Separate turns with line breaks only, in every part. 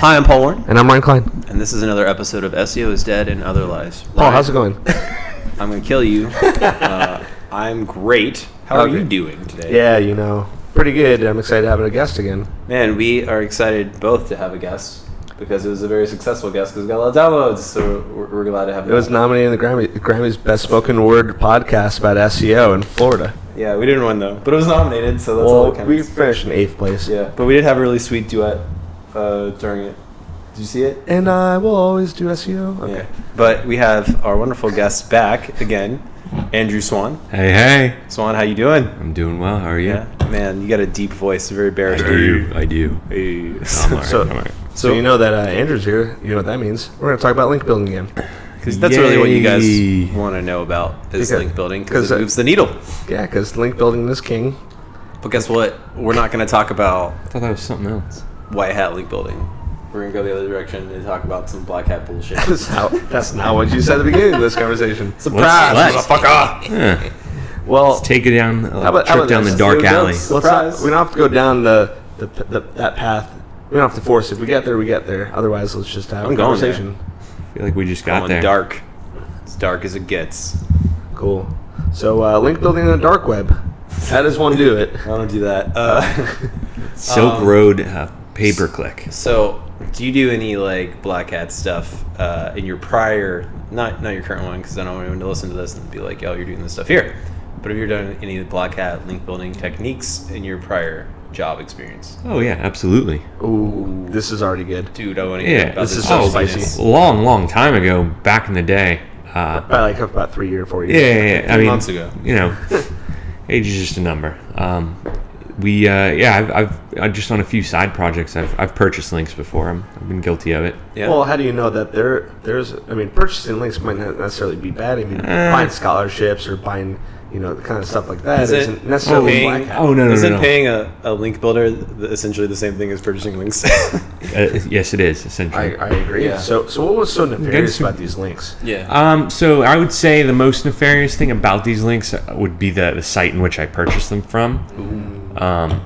Hi, I'm Paul Warren,
And I'm Ryan Klein.
and this is another episode of SEO is Dead and Other Lies.
Paul, how's it going?
I'm going to kill you. uh, I'm great. How are
Okay.
you doing today?
yeah, you know, pretty good. I'm excited to have a guest again.
Man, we are excited both to have a guest because it was a very successful guest because we got a lot of downloads, so we're, we're glad to have
It was
not.
nominated in the Grammy, Grammy's Best Spoken Word podcast about SEO in Florida.
Yeah, we didn't win though, but it was nominated, so that's all
Well,
that counts.
we finished in eighth place.
yeah, but we did have a really sweet duet uh, during it. Did you see it?
And I will always do SEO. Okay.
Yeah. But we have our wonderful guest back again, Andrew Swan.
Hey, hey.
Swan, how you doing?
I'm doing well. How are you?
Yeah, man, you got a deep voice, very
I
baritone.
do. I do.
Hey.
I'm all right.
So-
I'm all right.
So, you know that uh, Andrew's here. You know what that means. We're going to talk about link building again.
'Cause that's really what you
Yay.
guys want to know about is
Because-
link building because
'cause,
it
uh,
moves the needle.
Yeah, because link building is king.
But guess what? We're not going to talk about
I thought that was something else.
white hat link building. We're going to go the other direction and talk about some black hat bullshit.
That's not, that's not what you said at the beginning of this conversation.
Surprise!
What's
motherfucker!
Yeah.
Well,
Take it down. uh,
about- how
trip
about
down
this?
the dark
Let's do
alley.
this.
Let's not,
Surprise.
we don't have to go down the, the, p- the that path. We don't have to force. it. If we get there, we get there. Otherwise, let's just have
I'm
a
going there.
conversation.
I feel like we just got
Going
there.
dark. It's dark as it gets.
Cool. So, uh, link building in the dark web. How does one do it?
I don't do that. Uh,
Silk
Um,
Road uh, pay per click.
so, do you do any like black hat stuff uh, in your prior, not not your current one, because I don't want anyone to listen to this and be like, "Yo, you're doing this stuff here." But have you done any black hat link building techniques in your prior job experience?
Oh yeah, absolutely.
Ooh, this is already good.
Dude, I want to hear
Yeah,
about
this
this.
is so
oh,
spicy.
spiciness.
Long, long time ago, back in the day. Uh,
By like about three or four
yeah,
years.
yeah, yeah. I mean,
months ago.
You know, age is just a number. Um, we, uh, yeah, I've, I've, i just on a few side projects. I've, I've purchased links before. I'm, I've been guilty of it.
Yeah.
Well, how do you know that there? There's, I mean, purchasing links might not necessarily be bad. I mean,
Uh.
buying scholarships or buying, you know, the kind of stuff like that
Is it-
isn't necessarily
Okay.
black hat.
Oh no, no,
Isn't
no, no.
paying a, a link builder th- essentially the same thing as purchasing links?
Uh, yes, it is essentially.
I, I agree.
Yeah.
So, so what was so nefarious
some-
about these links?
yeah.
Um, so I would say the most nefarious thing about these links would be the, the site in which I purchased them from. Um,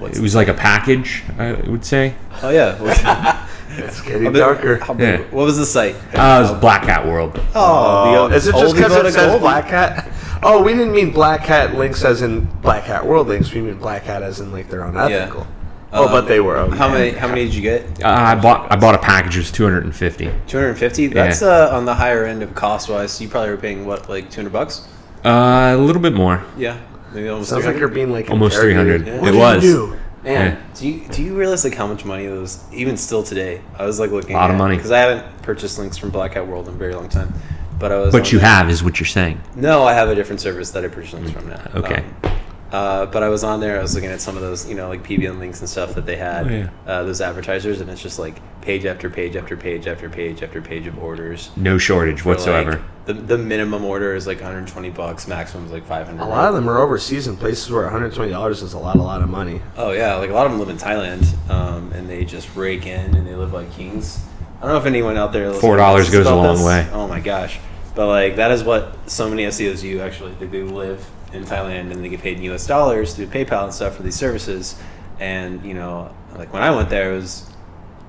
it was like a package, I would say.
oh yeah. Well,
It's getting darker.
how big-
Yeah.
What was the site?
Uh, it was Black Hat World. Uh,
Oh, the
is it just
oldie
because
but a
it says
goldie.
black hat? Oh, we didn't mean black hat links as in black hat world links. We mean black hat as in like they're unethical. Oh,
Uh,
but they were. Okay.
How many? How many did you get?
Uh, I bought I bought a package. It was two hundred and fifty.
250 that's uh, on the higher end of cost wise you probably were paying what like 200 bucks
Uh, a little bit more.
yeah maybe almost
Sounds like
300
you're being like
Almost
interrogated.
300.
Yeah.
What
It
did you
was.
do?
man
Yeah.
do you do you realize like how much money those even still today i was like looking
Lot of money.
because i haven't purchased links from black hat world in a very long time but i was
But
on
you
the-
have is what you're saying.
no i have a different service that i purchased links from now
Okay.
Um, uh, but I was on there. I was looking at some of those, you know, like PBN links and stuff that they had.
Oh, yeah.
uh, those advertisers, and it's just like page after page after page after page after page of orders.
No shortage
for, like,
whatsoever.
the, the minimum order is like 120 bucks. Maximum is like 500.
A lot of them are overseas in places where 120 dollars is a lot, a lot of money.
Oh yeah, like a lot of them live in Thailand, um, and they just rake in and they live like kings. I don't know if anyone out there. listening
$4
knows
goes a
about
long
this.
way.
Oh my gosh, but like that is what so many SEOs do actually. They, they live in Thailand and they get paid in U.S. dollars through PayPal and stuff for these services. And you know, like when I went there, it was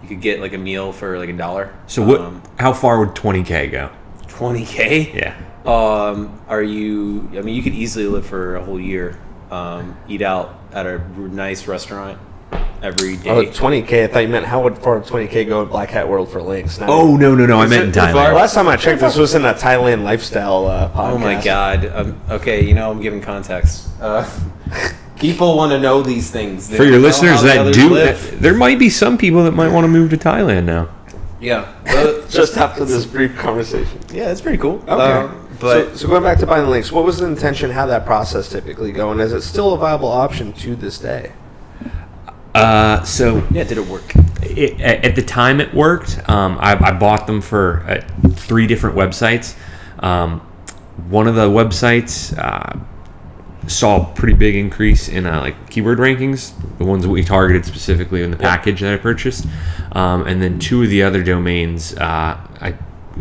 you could get like a meal for like a dollar.
So what?
Um,
how far would twenty k go?
20k.
Yeah.
Um, are you? I mean, you could easily live for a whole year. Um, eat out at a nice restaurant every day.
Oh, 20k. I thought you meant how would far 20k go in black hat world for links? Not
Oh
even-
no no no! I meant in
Is it-
Thailand.
Last time I checked, this was in a Thailand lifestyle uh, podcast.
Oh my god. Um, okay, you know I'm giving context. Uh, people want to know these things. They
For your
don't know
listeners
how the
that
others
do,
live.
there might be some people that might want to move to Thailand now.
yeah, Well,
Just after this brief conversation.
yeah, it's pretty cool.
Okay.
Um, but
so, so going back to buying links, what was the intention? How that process typically go, and is it still a viable option to this day?
Uh, so
yeah, did it work?
it, at at the time it worked. Um, I, I bought them for uh, three different websites. Um, one of the websites uh, saw a pretty big increase in uh, like keyword rankings, the ones that we targeted specifically in the package that I purchased, um, and then two of the other domains uh, I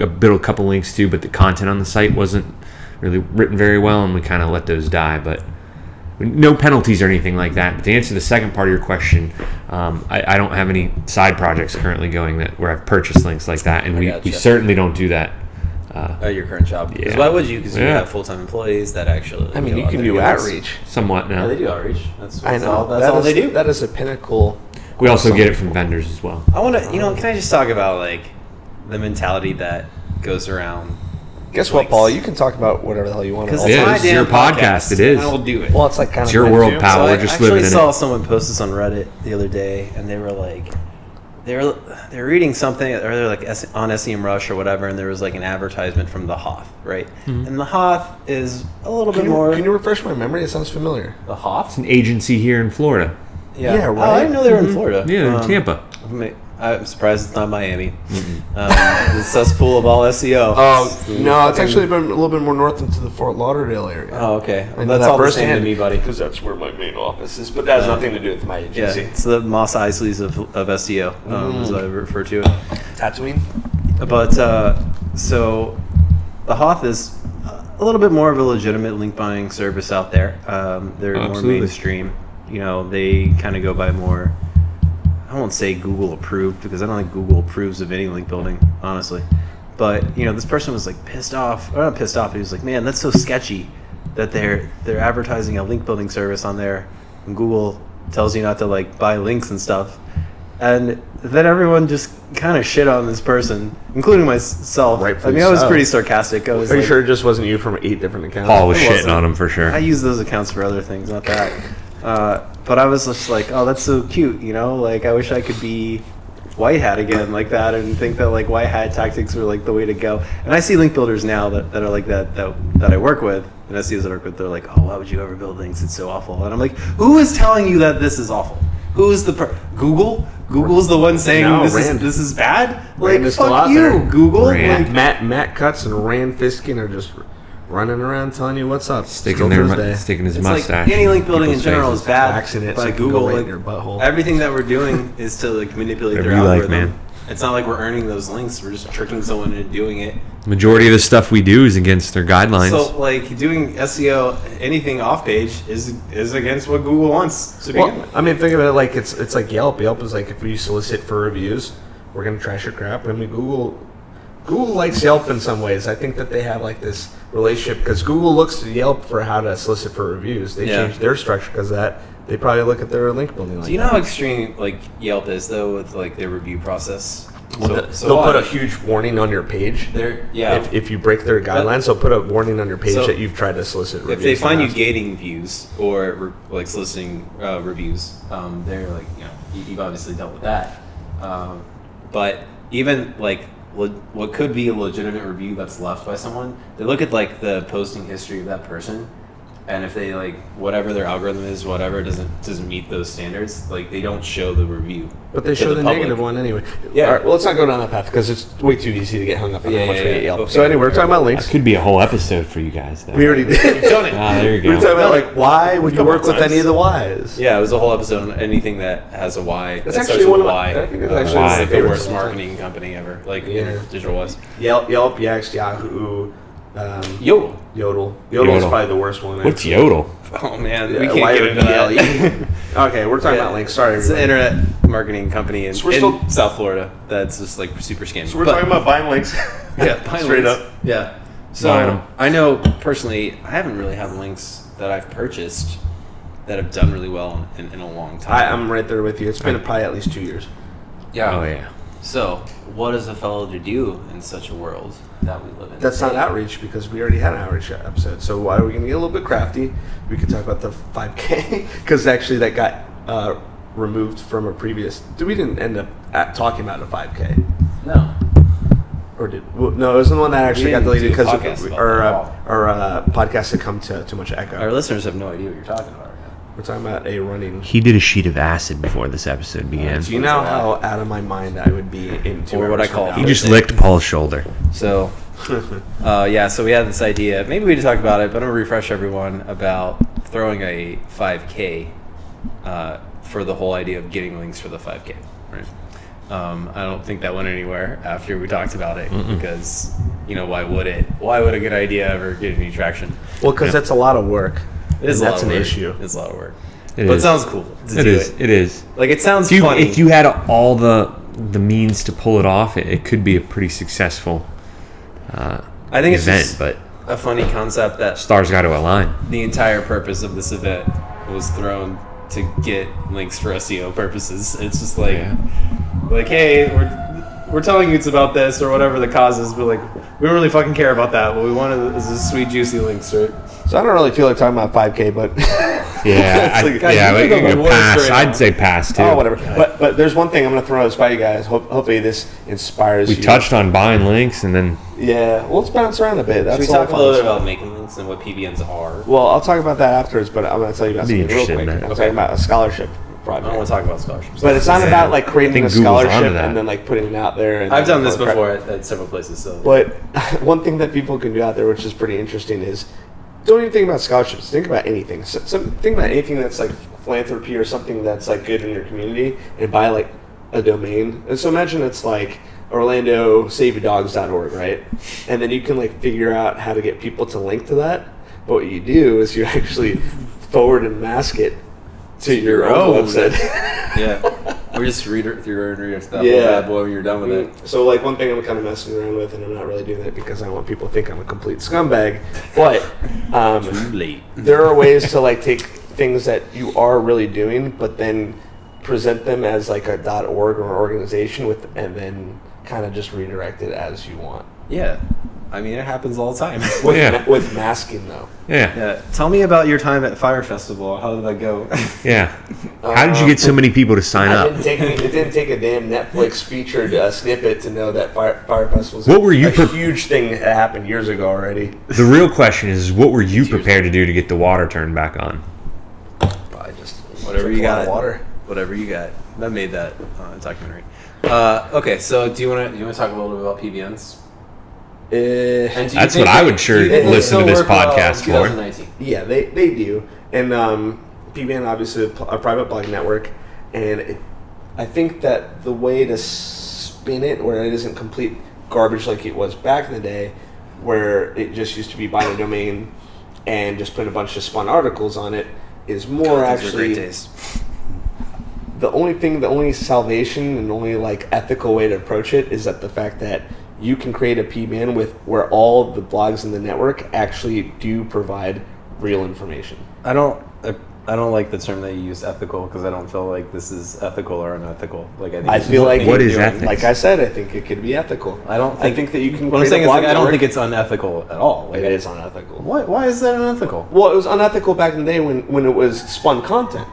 built a couple links to, but the content on the site wasn't really written very well, and we kind of let those die. But no penalties or anything like that. But to answer the second part of your question, Um, I, I don't have any side projects currently going that where I've purchased links like that, and we, we
gotcha.
certainly don't do that. Uh,
at your current job. Because
Yeah.
why would you? Because you
Yeah.
have full time employees that actually.
I mean,
go
you
out
can
there
do
and this.
outreach.
somewhat
Yeah,
now.
they do outreach. That's,
I
that's
know.
all. That's
That
all
is-
they do.
That is a pinnacle.
We also
Awesome.
get it from vendors as well.
I want to. You know, can I just talk about like the mentality that goes around?
Guess what, Paul? You can talk about whatever the hell you want.
Because
all
It
it's
the
is.
my
It's
damn
your podcast. It is.
and I will do it.
Well, it's like kind
It's
of
your
mine,
world,
too.
pal.
So
We're
I
just
actually
living in
saw
it.
someone post this on Reddit the other day, and they were like, they were they were reading something, or they're like S- on SEM Rush or whatever, and there was like an advertisement from the Hoth, right?
Mm-hmm.
And the Hoth is a little
Can
bit
you,
more
can you refresh my memory? It sounds familiar.
the Hoth.
It's an agency here in Florida.
Yeah,
Yeah,
Oh, I
right?
didn't know they were in Florida.
Mm-hmm. Yeah, in
Um,
Tampa.
Ma- I'm surprised it's not Miami. Um, the cesspool of all E SEO.
Oh no, it's
Fucking-
actually been a little bit more north into the Fort Lauderdale area.
Oh, okay.
I know
That's
that
all the same
firsthand
to me, buddy.
Because Uh, that's where my main office is, but that has nothing to do with my
Yeah,
agency.
it's the Moss Isleys of, of SEO, um,
Mm.
as I refer to it.
Tatooine.
But uh, so the Hoth is a little bit more of a legitimate link buying service out there. Um, they're
Absolutely.
more mainstream. You know, they kind of go by more. I won't say Google approved because I don't think Google approves of any link building, honestly. But you know, this person was like pissed off, or not pissed off. He was like, "Man, that's so sketchy that they're they're advertising a link building service on there, and Google tells you not to like buy links and stuff." And then everyone just kind of shit on this person, including myself. I
Rightfully
mean, I was
so.
pretty sarcastic. I was
Are you
like,
sure it just wasn't you from eight different accounts?
Paul was
it
shitting
wasn't.
on him for
I
sure.
use those accounts for other things, not that. Uh, but I was just like, oh, that's so cute, you know? Like, I wish I could be white hat again like that and think that like white hat tactics were like the way to go. And I see link builders now that, that are like that, that that I work with and SEOs that I work with, they're like, oh, why would you ever build links? It's so awful. And I'm like, who is telling you that this is awful? Who's the per- Google? Google's the one saying
No,
this
Rand.
is this is bad. Like
Rand is still
fuck
out
you,
there.
Google.
Rand.
Like,
Matt Matt Cuts and Rand Fiskin are just running around telling you what's up.
Sticking, their, mu- sticking his
It's
mustache.
like any link building in
people's
general
faces.
is bad.
Waxing it
but
so it can
Google,
go right in
like,
your butthole.
everything that we're doing is to like manipulate their
Whatever you like,
algorithm.
man.
It's not like we're earning those links. We're just tricking someone into doing it.
Majority of the stuff we do is against their guidelines.
So like doing SEO, anything off page is is against what Google wants to begin
Well,
with.
I mean, think of it like it's it's like Yelp. Yelp is like if you solicit for reviews, we're gonna trash your crap. I mean, Google Google likes Yelp in some ways. I think that they have like this relationship because Google looks to Yelp for how to solicit for reviews. They
Yeah.
changed their structure because that they probably look at their link building. Like
Do you know how extreme like Yelp is though with like their review process?
that.
So,
They'll-
so
they'll
why?
put a huge warning on your page.
They're- yeah.
If, if you break their guidelines, they'll put a warning on your page
So-
that you've tried to solicit reviews.
if they find you
on.
gating views or re- like soliciting uh, reviews, um, they're like you know you, you've obviously dealt with that. Um, but even like le- what could be a legitimate review that's left by someone, they look at like the posting history of that person, and if they like whatever their algorithm is, whatever doesn't doesn't meet those standards, like they don't show the review.
But they
to
show the,
public.
negative one anyway.
Yeah.
All right, well, let's not go down that path because it's way too easy to get hung up on
Yeah,
how much
yeah,
we
yeah.
hate Yelp.
Okay.
So anyway, we're talking about
that
links.
could be a whole episode for you guys. Though.
We already did.
Done it.
ah, there you
we were talking
go.
about like why would you
Couple
work with
times.
any of the whys?
Yeah, it was a whole episode on anything that has a Y.
That's
that starts
actually
with
one
a
of my-
Y.
I think that's
Uh,
actually
it's
my
like the
favorite
worst
sometimes.
marketing company ever. Like
Yeah.
digital was.
Yelp, Yelp, Yaks, Yahoo, um,
Yodel.
Yodel. Yodel is
Yodel.
probably the worst one.
What's Yodel?
Oh man,
Yeah,
we can't get into
Y-O-D-L-E.
that.
Okay, we're talking about links. Sorry,
it's an
everybody.
internet marketing company in,
So we're
in
still-
South Florida that's just like super scammy.
So we're
But-
talking about buying links.
yeah, pine
straight
links.
up.
Yeah. So
Buying 'em.
I know personally, I haven't really had links that I've purchased that have done really well in, in a long
I,
time.
I'm right there with you. It's been probably at least two years.
yeah.
Oh yeah.
So what is a fellow to do in such a world that we live in?
That's not outreach because we already had an outreach episode. So why are we going to get a little bit crafty? We could talk about the 5K because actually that got uh, removed from a previous. We didn't end up at talking about a 5K,
no.
or did? Well, no, it was the one that actually got
didn't
deleted
do a
because
podcast about
our
that at
uh,
all.
our uh, podcast had come to too much echo.
Our listeners have no idea what you're talking about. Right now.
We're talking about a running.
He did a sheet of acid before this episode began.
Do you know how out of my mind I would be in two
Or what
hours
I call
from
He
He
now?
just licked Paul's shoulder.
So, uh, yeah, so we had this idea. Maybe we could talk about it, but I'm gonna refresh everyone about throwing a 5K uh, for the whole idea of getting links for the 5K. Right. Um, I don't think that went anywhere after we talked about it because you know why would it? Why would a good idea ever get any traction?
Well, because that's a lot of work.
It is
And
a lot
that's
of
an
work.
issue.
It's a lot of work.
It
but it
is.
sounds cool to
It
do
is.
it.
It is.
Like it sounds
If you,
funny.
if you had all the the means to pull it off, it, it could be a pretty successful uh,
I think it's
event.
just
but
a funny concept that
stars got to align.
the entire purpose of this event was thrown to get links for SEO purposes. It's just like,
Yeah.
like hey, we're we're telling you it's about this or whatever the cause is, but like we don't really fucking care about that. What we want is is sweet juicy links, right?
So I don't really feel like talking about 5K, but
It's
Yeah, I,
like, God,
yeah,
you
we
think
could
of
go
the worst
pass.
right now.
I'd say pass too.
oh whatever. But but there's one thing I'm gonna throw out by you guys. Hope, hopefully this inspires
We
you.
touched on buying links, and then
Yeah. Well, let's bounce around a bit. That's
Should we
the whole
talk a
fun
little bit
stuff.
about making links and what PBNs are?
Well, I'll talk about that afterwards, but I'm gonna tell you about
Be
something real
interested
quick.
in
I'm
that.
talking about a scholarship
I don't want
project.
to talk about scholarships,
But it's not about like creating
think
a
Google's onto
scholarship
that.
and then like putting it out there. And
I've done this
Or-
before at, at several places, so
But one thing that people can do out there, which is pretty interesting, is don't even think about scholarships. Think about anything. S some, think about anything that's like philanthropy or something that's like good in your community, and buy like a domain. And so imagine it's like OrlandoSaveYourDogs.org, right? And then you can like figure out how to get people to link to that. But what you do is you actually forward and mask it to your own
own.
website.
yeah, we're just read it through and read it that
Yeah.
whole bad boy when you're done with it.
So like one thing I'm kind of messing around with, and I'm not really doing that because I want people to think I'm a complete scumbag. But um,
late.
there are ways to like take things that you are really doing, but then present them as like a .org or an organization with, and then kind of just redirect it as you want
Yeah, I mean it happens all the time.
with
Yeah.
with masking though.
yeah,
yeah, tell me about your time at Fire Festival. How did that go?
yeah. How did you get so many people to sign
I
up?
didn't take any, it didn't take a damn Netflix featured uh, snippet to know that Fire, Fire Festival was
What were you
a
pre-
huge thing that happened years ago already.
The real question is, what were you prepared to do to get the water turned back on?
Probably just
Whatever
drink
you
a lot of
got,
water.
Whatever you got. That made that uh, documentary. Uh, okay, so do you want to you want to talk a little bit about PBNs?
Uh,
And do you
That's
think
what I
they-
would sure
do you think they
listen to
still
this
work well in
podcast for.
2019?
Yeah, they, they do. And um, PBN, obviously, a pl- a private blog network. And it, I think that the way to spin it where it isn't complete garbage like it was back in the day, where it just used to be by the domain and just put a bunch of spun articles on it, is more
Those were great
actually
days.
the only thing, the only salvation and only like ethical way to approach it is that the fact that you can create a PBN with where all the blogs in the network actually do provide real information.
I don't. I- I don't like the term that you use ethical because I don't feel like this is ethical or unethical. Like I, think
I
it's
feel
just
like
thing
What
you're
is
doing.
ethics?
Like I said, I think it could be ethical.
I don't.
I think that you can
What I'm
create
saying
a
is, like,
blog
I don't
network.
think it's unethical at all. Like
It
I-
is unethical.
Why, why is that unethical?
Well, it was unethical back in the day when, when it was spun content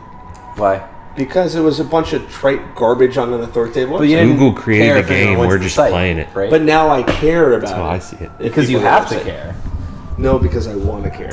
Why?
because it was a bunch of trite garbage on an authoritative website.
you didn't
Google created
care
the
if anyone
game,
went
we're
to the
just playing it.
right?
But now I care about
how
it.
I see it.
If
because you
people
have to
upset.
care.
No, because I want to care.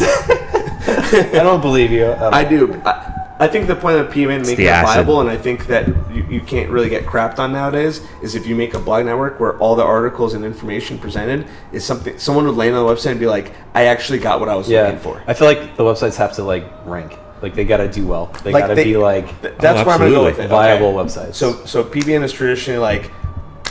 I don't believe you. Um, I don't-
I do. I, I think the point of PMN making
the
it
acid.
viable, and I think that you, you can't really get crapped on nowadays, is if you make a blog network where all the articles and information presented is something someone would land on the website and be like, I actually got what I was
yeah.
looking for.
I feel like the websites have to like rank. Like they gotta do well. They
Like,
gotta
they-
be like
Th- that's
Oh,
where I'm going to go with
absolutely.
it. okay?
viable websites.
So, so PBN is traditionally like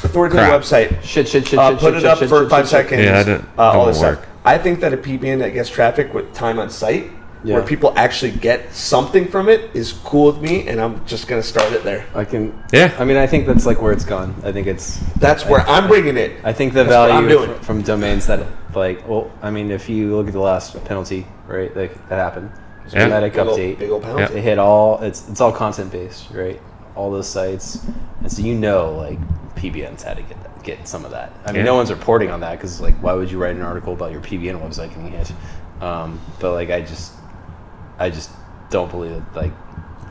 authoritative
Crap.
website,
shit, shit, shit,
uh,
shit,
put
shit,
it
shit,
up
shit,
for
shit,
five
shit, shit.
seconds.
Yeah, that don't-
uh, all
don't
this
work.
stuff. I think that a PBN that gets traffic with time on site,
Yeah.
where people actually get something from it, is cool with me, and I'm just gonna start it there.
I can.
Yeah.
I mean, I think that's like where it's gone. I think it's.
That's where I'm bringing it.
I think the
That's what I'm
value
doing.
fr- from domains that like. Well, I mean, if you look at the last penalty, right? That, that happened.
Yeah.
Genetic
Big ol-
update.
big ol' penalty.
They hit all. It's it's all content based, right? All those sites, and so you know, like PBNs had to get that, get some of that. I mean,
Yeah.
no one's reporting on that because, like, why would you write an article about your PBN website getting hit? Um, but like, I just, I just don't believe that like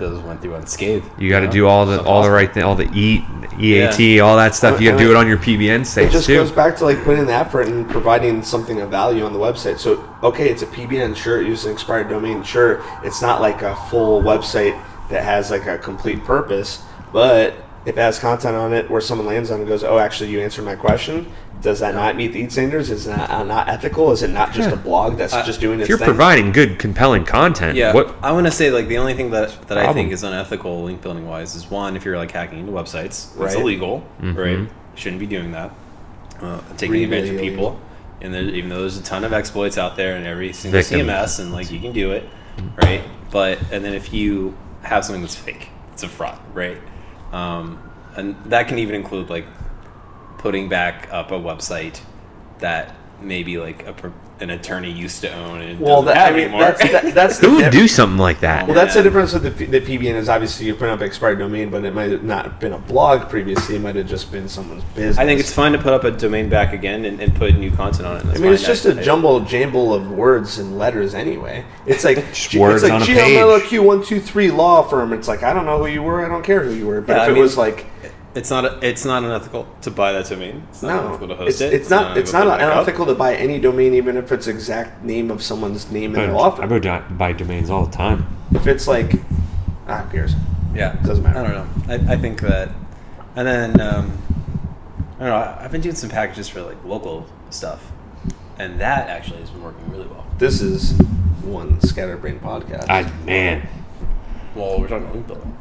those went through unscathed.
You got to
know?
do all the
It's
all the
impossible.
right thing, all the E, eat, EAT, all that stuff. You got to do it on your PBN
It
sites
just
too.
goes back to like putting the effort and providing something of value on the website. So okay, it's a PBN, sure, it uses an expired domain, sure. It's not like a full website that has like a complete purpose, but if it has content on it where someone lands on it and goes, Oh, actually you answered my question, does that not meet the EAT standards? Is that uh, not ethical? Is it not just a blog that's
Uh,
just doing
if
its
you're
thing?
providing good, compelling content,
Yeah,
what
I want to say like the only thing that that I
Problem.
think is unethical link building wise is one if you're like hacking into websites,
Right.
it's illegal,
Mm-hmm.
right? You shouldn't be doing that, uh, taking
Really
advantage of people.
illegal.
And there, even though there's a ton of exploits out there and every single
Victim.
CMS and like you can do it, right? But and then if you have something that's fake. It's a fraud, right? Um, and that can even include like putting back up a website that maybe like a, pro- an attorney used to own and
Well,
doesn't
that,
have
I mean,
anymore.
that's, that, that's the
Who would
diff-
do something like that?
Well, that's the
Yeah.
difference with the, P- the PBN is obviously you print up expired domain, but it might have not been a blog previously. It might have just been someone's business.
I think it's fine to put up a domain back again and, and put new content on it.
I mean, it's just a jumble jumble of words and letters anyway. It's like G-
words
it's like
on a
GMLOQ one two three law firm. It's like I don't know who you were. I don't care who you were. But
Yeah,
if
I
it
mean,
was like
It's not. A, it's not unethical to buy that domain. It's not
no,
unethical to host
it's,
it.
it's not it's not
unethical to put it back up.
unethical to buy any domain, even if it's exact name of someone's name in
I
their law firm.
go do- buy domains all the time.
If it's like ah, who cares?
Yeah,
Doesn't matter.
I don't know. I, I think that, and then um, I don't know. I- I've been doing some packages for like local stuff, and that actually has been working really well.
This is one scatterbrain podcast.
I man,
Well, we're talking about link building.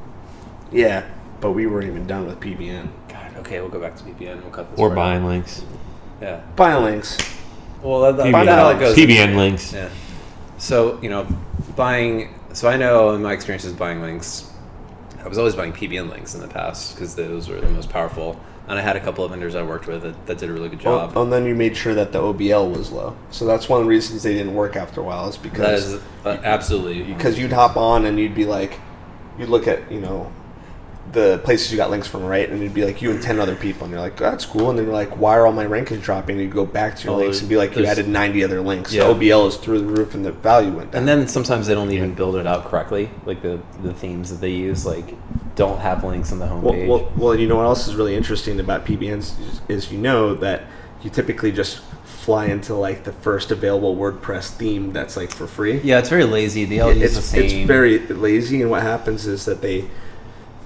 yeah, but we weren't even done with PBN.
God, okay, we'll go back to VPN. We'll cut this.
or
part out.
buying links,
Yeah.
Biolinks.
Well, that, that,
PBN,
that's how it goes.
PBN links.
Yeah. So you know, buying. So I know in my experiences buying links, I was always buying PBN links in the past because those were the most powerful, and I had a couple of vendors I worked with that, that did a really good
Well,
job.
Oh, and then you made sure that the OBL was low. So that's one of the reasons they didn't work after a while is
that
because
is uh, absolutely you
because you'd hop on and you'd be like, you'd look at you know the places you got links from, right? And it'd be like you and ten other people, and you're like, that's cool. And then you're like, why are all my rankings dropping? And you go back to your
Oh,
links and be like, you
there's-
added ninety other links.
Yeah.
The OBL is through the roof, and the value went down.
And then sometimes they don't even build it out correctly. Like the, the themes that they use, like don't have links on the
Well,
homepage.
well, well, you know what else is really interesting about PBNs is, is you know that you typically just fly into like the first available WordPress theme that's like for free.
yeah, it's very lazy. They all
It-
use the
it's,
same.
it's very lazy, and what happens is that they,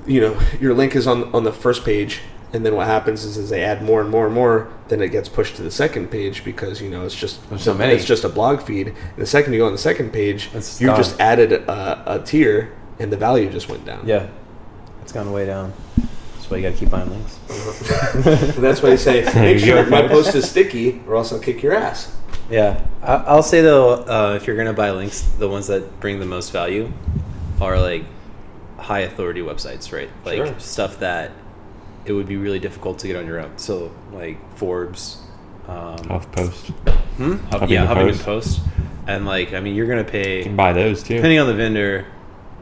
you know, your link is on on the first page, and then what happens is, is they add more and more and more, then it gets pushed to the second page because you know it's just
There's so many.
It's just a blog feed. And the second you go on the second page,
It's
you
gone.
just added a, a tier, and the value just went down.
yeah, it's gone way down. That's why you got to keep buying links.
And that's why you say, make
You
sure
go
my
first.
post is sticky, or else I'll kick your ass.
Yeah, I, I'll say though, uh, if you're gonna buy links, the ones that bring the most value are like high authority websites, right? Like
Sure.
stuff that it would be really difficult to get on your own. So like Forbes. Um,
Off post,
hmm?
Huffington
yeah, Huffington Post,
Post.
and like I mean, you're gonna pay.
you can buy those too.
depending on the vendor,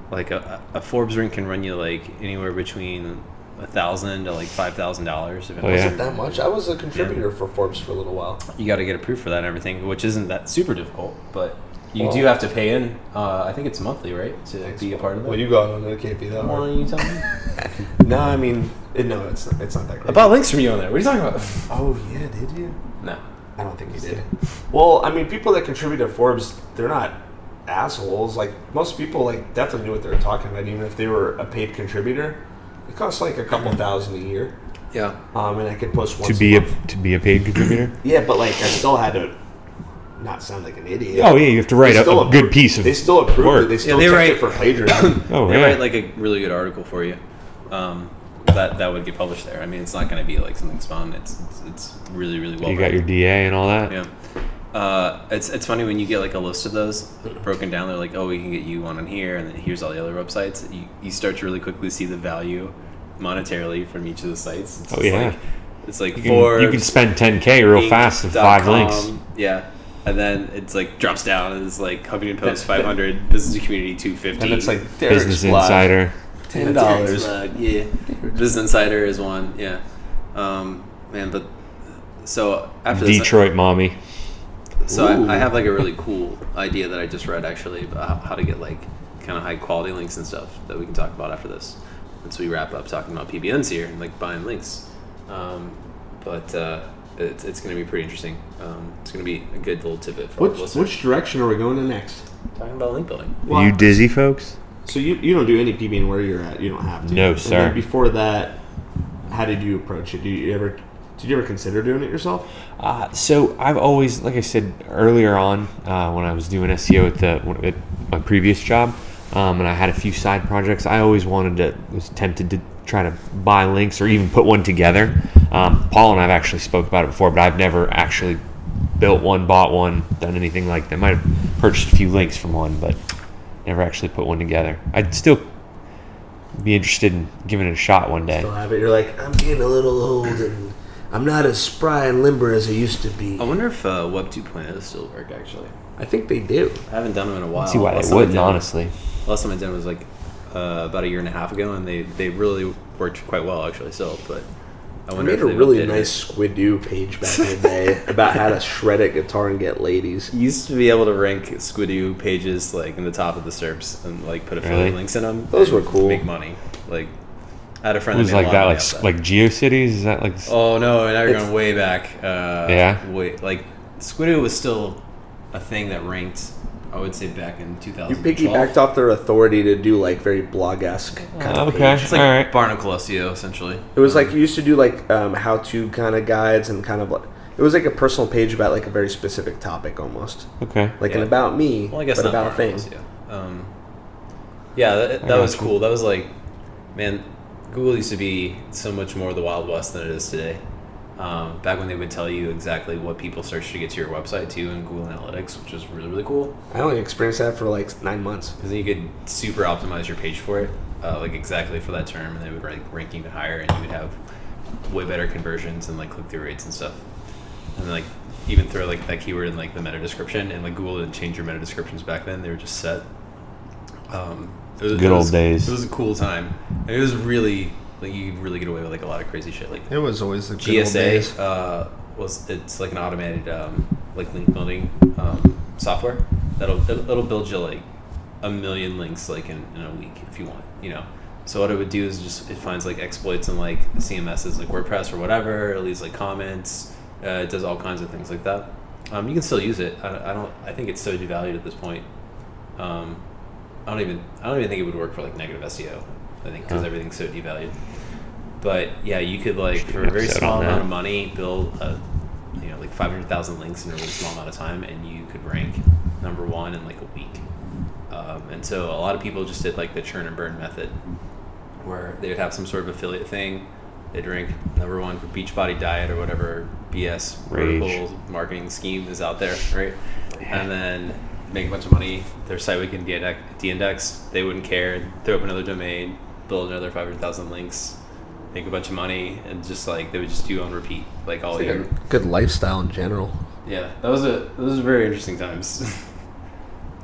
like a, a Forbes ring can run you like anywhere between a thousand to like five thousand dollars.
Oh, yeah.
That much. I was a contributor for Forbes for a little while.
You got to get approved for that and everything, which isn't that super difficult, but you
Well-
do have to pay in. Uh, I think it's monthly, right, to be a part of that.
Well, you go on it can't be that
Why
hard.
don't you tell me
No, I mean, it, no, it's not, it's not that great.
I bought links from you on there? What are you talking about?
oh yeah, did you?
no.
I don't think you did. Well, I mean, people that contribute to Forbes, they're not assholes. Like most people, like definitely knew what they were talking about, even if they were a paid contributor. It costs like a couple thousand a year,
Yeah.
um, and I could post once
To
a
be a
month.
to be a paid contributor.
Yeah, but like I still had to not sound like an idiot.
Oh yeah, you have to write
They
a,
still
a good
approved-
piece of.
They still approved
work.
it. They still
they
checked
write-
it for plagiarism.
oh
They
yeah.
write like a really good article for you. Um, that, that would get published there. I mean, it's not going to be like something fun. It's it's, it's really really well.
you got
written.
your DA and all that.
Yeah. Uh, it's, it's funny when you get like a list of those broken down. They're like, oh, we can get you one on here, and then here's all the other websites. You, you start to really quickly see the value monetarily from each of the sites. It's
Oh,
just
yeah.
Like, it's like
You
four.
can, you can spend 10k real fast with five links.
Yeah, and then it's like drops down and it's like Huffington Post 500, Business Community 250,
and it's like Derek's
Business
blog,
Insider.
ten dollars.
yeah, Business Insider is one. Yeah, um, man, but so after this,
Detroit mommy.
So
Ooh.
I, I have like a really cool idea that I just read actually about how- how to get like kind of high quality links and stuff that we can talk about after this once we wrap up talking about PBNs here and like buying links. Um, but uh, it's, it's going to be pretty interesting. Um, it's going to be a good little tidbit for our
Which
listeners.
which direction are we going in next?
talking about link building.
Well,
you dizzy, folks?
so you, you don't do any PBing where you're at. You don't have to.
No,
And
sir.
then before that, how did you approach it? Do you ever did you ever consider doing it yourself?
Uh, so I've always, like I said earlier on, uh, when I was doing SEO at the at my previous job, um, and I had a few side projects. I always wanted to was tempted to try to buy links or even put one together. Um, Paul and I've actually spoke about it before, but I've never actually built one, bought one, done anything like that. Might have purchased a few links from one, but never actually put one together. I'd still be interested in giving it a shot one day.
You'll have it. You're like, I'm getting a little old and I'm not as spry and limber as I used to be.
I wonder if uh, Web 2.0 still work, actually.
I think they do.
I haven't done them in a while.
See why
Last
they
time I
wouldn't,
did-
honestly.
Last time I did it was like uh, about a year and a half ago, and they, they really worked quite well, actually, still. But I
I
wonder
made
if
a
they've updated
really
it.
nice Squidoo page back in the day about how to shred a guitar and get ladies.
You used to be able to rank Squidoo pages like in the top of the SERPs and like put affiliate
Really?
links in them.
Those were
and
cool.
Make money. Like, I had a
It
friend
was
made a lot
like that,
of
like
money off
like GeoCities. Is that like? s-
Oh no! And now you're
It's-
going way back. Uh,
Yeah?
Way, like Squidoo was still a thing that ranked. I would say back in 2012.
You piggybacked off their authority to do like very blog esque kind of
Okay.
page.
It's like
All right.
Barnacle SEO essentially.
It was like you used to do like um, how to kind of guides and kind of like it was like a personal page about like a very specific topic almost,
Okay.
like an
Yeah.
about me,
Well, I guess
but
not
about a thing.
Barnacles, Yeah, um, yeah that, that
I
was
gotcha.
cool. That was like, man, Google used to be so much more the Wild West than it is today. Um, back when they would tell you exactly what people search to get to your website too in Google Analytics, which was really really cool
I only experienced that for like nine months.
because then you could super optimize your page for it, uh, like exactly for that term, and they would rank, rank even higher, and you would have way better conversions and like click through rates and stuff, and like even throw like that keyword in like the meta description, and like Google didn't change your meta descriptions back then; they were just set. Um, it was,
Good
it
old
was-
days.
It was a cool time. And it was really like you could really get away with like a lot of crazy shit, like
It was always the good old days.
GSA uh, was it's like an automated um, like link building um, software that'll it'll it'll build you like a million links like in, in a week if you want you know. So what it would do is just it finds like exploits in like CMSs like WordPress or whatever. It leaves like comments. Uh, it does all kinds of things like that. Um, you can still use it. I don't, I don't. I think it's so devalued at this point. Um, I don't even. I don't even think it would work for like negative SEO. I think because
Huh.
everything's so devalued. But yeah, you could like
Should do
for
an
a very
episode
small
on that.
amount of money build a, you know like five hundred thousand links in a really small amount of time, and you could rank number one in like a week. Um, and so a lot of people just did like the churn and burn method, where they would have some sort of affiliate thing. They'd rank number one for Beachbody Diet or whatever BS
Rage.
vertical marketing scheme is out there, right? And then make a bunch of money. Their site would get de- de-indexed. They wouldn't care. Throw up another domain, build another five hundred thousand links, make a bunch of money, and just like they would just do on repeat, like all
It's like
year.
a good lifestyle in general.
Yeah, that was a those were very interesting times.